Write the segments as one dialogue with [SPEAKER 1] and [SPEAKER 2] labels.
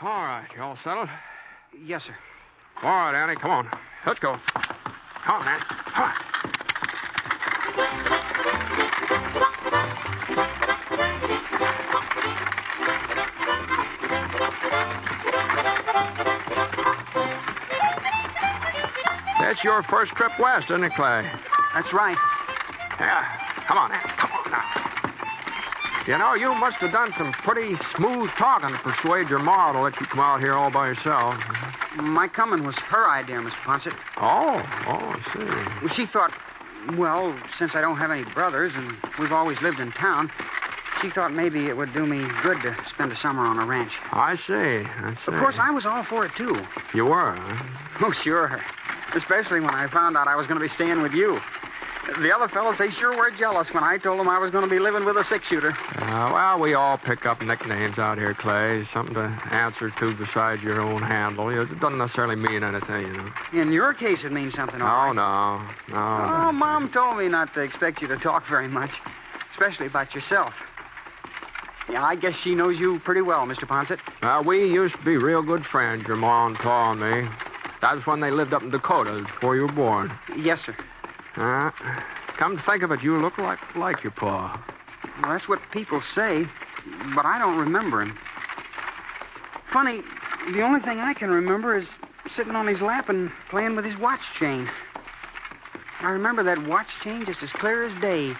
[SPEAKER 1] All right, you all settled?
[SPEAKER 2] Yes, sir.
[SPEAKER 1] All right, Annie, come on. Let's go. Come on, Annie. Come on. That's your first trip west, isn't it, Clay?
[SPEAKER 2] That's right.
[SPEAKER 1] Yeah. Come on, Annie. Come on now. You know, you must have done some pretty smooth talking to persuade your ma to let you come out here all by yourself.
[SPEAKER 2] My coming was her idea, Mr. Ponset.
[SPEAKER 1] Oh, oh, I see.
[SPEAKER 2] She thought, well, since I don't have any brothers and we've always lived in town, she thought maybe it would do me good to spend a summer on a ranch.
[SPEAKER 1] I see. I see.
[SPEAKER 2] Of course, I was all for it, too.
[SPEAKER 1] You were. huh?
[SPEAKER 2] Oh, sure. Especially when I found out I was going to be staying with you. The other fellows, they sure were jealous when I told them I was going to be living with a six shooter.
[SPEAKER 1] Uh, well, we all pick up nicknames out here, Clay. Something to answer to besides your own handle. It doesn't necessarily mean anything, you know.
[SPEAKER 2] In your case, it means something, all
[SPEAKER 1] No,
[SPEAKER 2] right.
[SPEAKER 1] no, no.
[SPEAKER 2] Oh, Mom told me not to expect you to talk very much, especially about yourself. Yeah, I guess she knows you pretty well, Mr. Ponset.
[SPEAKER 1] Uh, we used to be real good friends, your ma and pa and me. That was when they lived up in Dakota before you were born.
[SPEAKER 2] Yes, sir.
[SPEAKER 1] Uh, come to think of it, you look like like your pa.
[SPEAKER 2] Well, that's what people say, but I don't remember him. Funny, the only thing I can remember is sitting on his lap and playing with his watch chain. I remember that watch chain just as clear as day,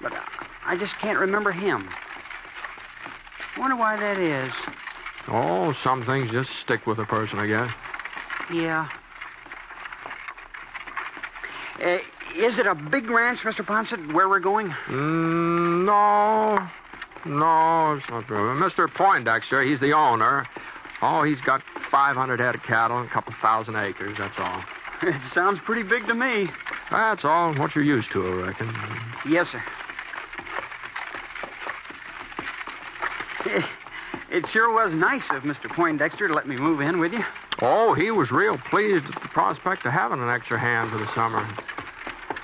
[SPEAKER 2] but I- I just can't remember him. Wonder why that is.
[SPEAKER 1] Oh, some things just stick with a person, I guess.
[SPEAKER 2] Yeah. Uh, is it a big ranch, Mr. Ponset, where we're going?
[SPEAKER 1] Mm, no, no, it's not true. Mr. Poindexter, he's the owner. Oh, he's got 500 head of cattle and a couple thousand acres, that's all.
[SPEAKER 2] It sounds pretty big to me.
[SPEAKER 1] That's all what you're used to, I reckon.
[SPEAKER 2] Yes, sir. It sure was nice of Mr. Poindexter to let me move in with you.
[SPEAKER 1] Oh, he was real pleased at the prospect of having an extra hand for the summer.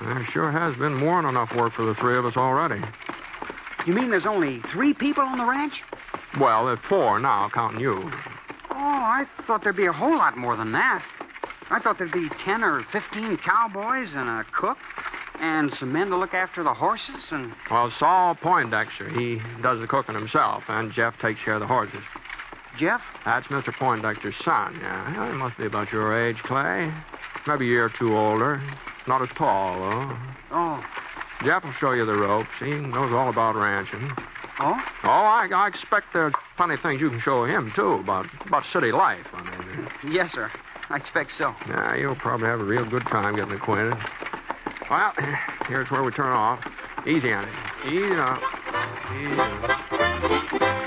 [SPEAKER 1] There sure has been more than enough work for the three of us already.
[SPEAKER 2] You mean there's only three people on the ranch?
[SPEAKER 1] Well, there's four now, counting you.
[SPEAKER 2] Oh, I thought there'd be a whole lot more than that. I thought there'd be ten or fifteen cowboys and a cook and some men to look after the horses and.
[SPEAKER 1] Well, Saul Poindexter, he does the cooking himself, and Jeff takes care of the horses.
[SPEAKER 2] Jeff?
[SPEAKER 1] That's Mr. Poindexter's son. Yeah, he must be about your age, Clay. Maybe a year or two older. Not as tall, though.
[SPEAKER 2] Oh.
[SPEAKER 1] Jeff will show you the ropes. He knows all about ranching.
[SPEAKER 2] Oh?
[SPEAKER 1] Oh, I, I expect there's plenty of things you can show him, too, about, about city life. I mean,
[SPEAKER 2] Yes, sir. I expect so.
[SPEAKER 1] yeah, you'll probably have a real good time getting acquainted. Well, here's where we turn off. Easy on it. Easy up. Easy up.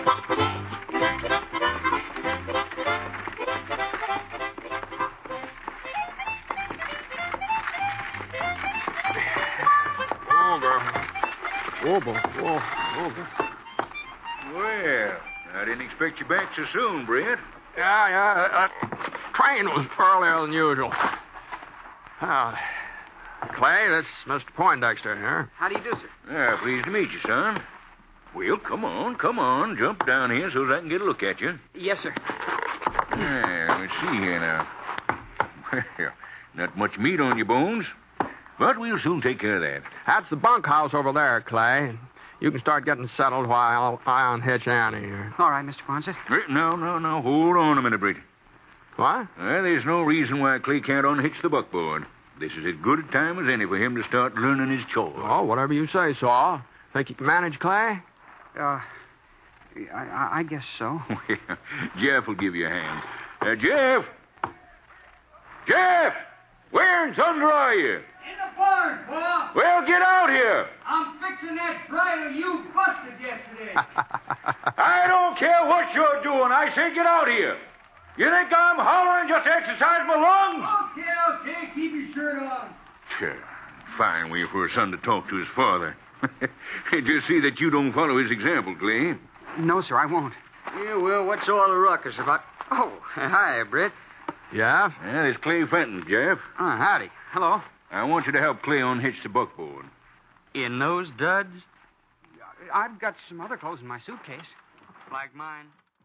[SPEAKER 3] Olga.
[SPEAKER 1] Whoa, boy. Whoa, whoa, boy.
[SPEAKER 3] Well, I didn't expect you back so soon, Brent.
[SPEAKER 1] Yeah, yeah. That train was earlier than usual. Ah, Clay, this is Mr. Poindexter here.
[SPEAKER 2] How do you do, sir?
[SPEAKER 3] Ah, pleased to meet you, son. Well, come on, come on. Jump down here so's I can get a look at you.
[SPEAKER 2] Yes, sir.
[SPEAKER 3] Yeah, let's see here now. Well, not much meat on your bones, but we'll soon take care of that.
[SPEAKER 1] That's the bunkhouse over there, Clay. You can start getting settled while I unhitch Annie here.
[SPEAKER 2] All right, Uh, Mr. Ponset.
[SPEAKER 3] Eh, No, no, no. Hold on a minute, Brent.
[SPEAKER 1] What?
[SPEAKER 3] Well, there's no reason why Clay can't unhitch the buckboard. This is as good a time as any for him to start learning his chores.
[SPEAKER 1] Oh, whatever you say, Saul. Think you can manage, Clay?
[SPEAKER 2] Uh, I- I, I guess so.
[SPEAKER 3] Well, Jeff will give you a hand. Uh, Jeff! Jeff! Where in thunder are you?
[SPEAKER 4] In the barn, Pa.
[SPEAKER 3] Well, get out here!
[SPEAKER 4] I'm fixing that bridle you busted yesterday.
[SPEAKER 3] I don't care what you're doing. I say get out here. You think I'm hollering just to exercise my lungs?
[SPEAKER 4] okay, okay, keep your shirt on.
[SPEAKER 3] Sure. Fine way for a son to talk to his father. just see that you don't follow his example, Clay.
[SPEAKER 2] No, sir, I won't. Yeah, well, what's all the ruckus about? Oh, hi, Britt.
[SPEAKER 1] Yeah?
[SPEAKER 3] Yeah, there's Clay Fenton, Jeff.
[SPEAKER 2] Uh, howdy. Hello.
[SPEAKER 3] I want you to help Clay unhitch the buckboard.
[SPEAKER 2] In those duds? I've got some other clothes in my suitcase.
[SPEAKER 1] Like mine.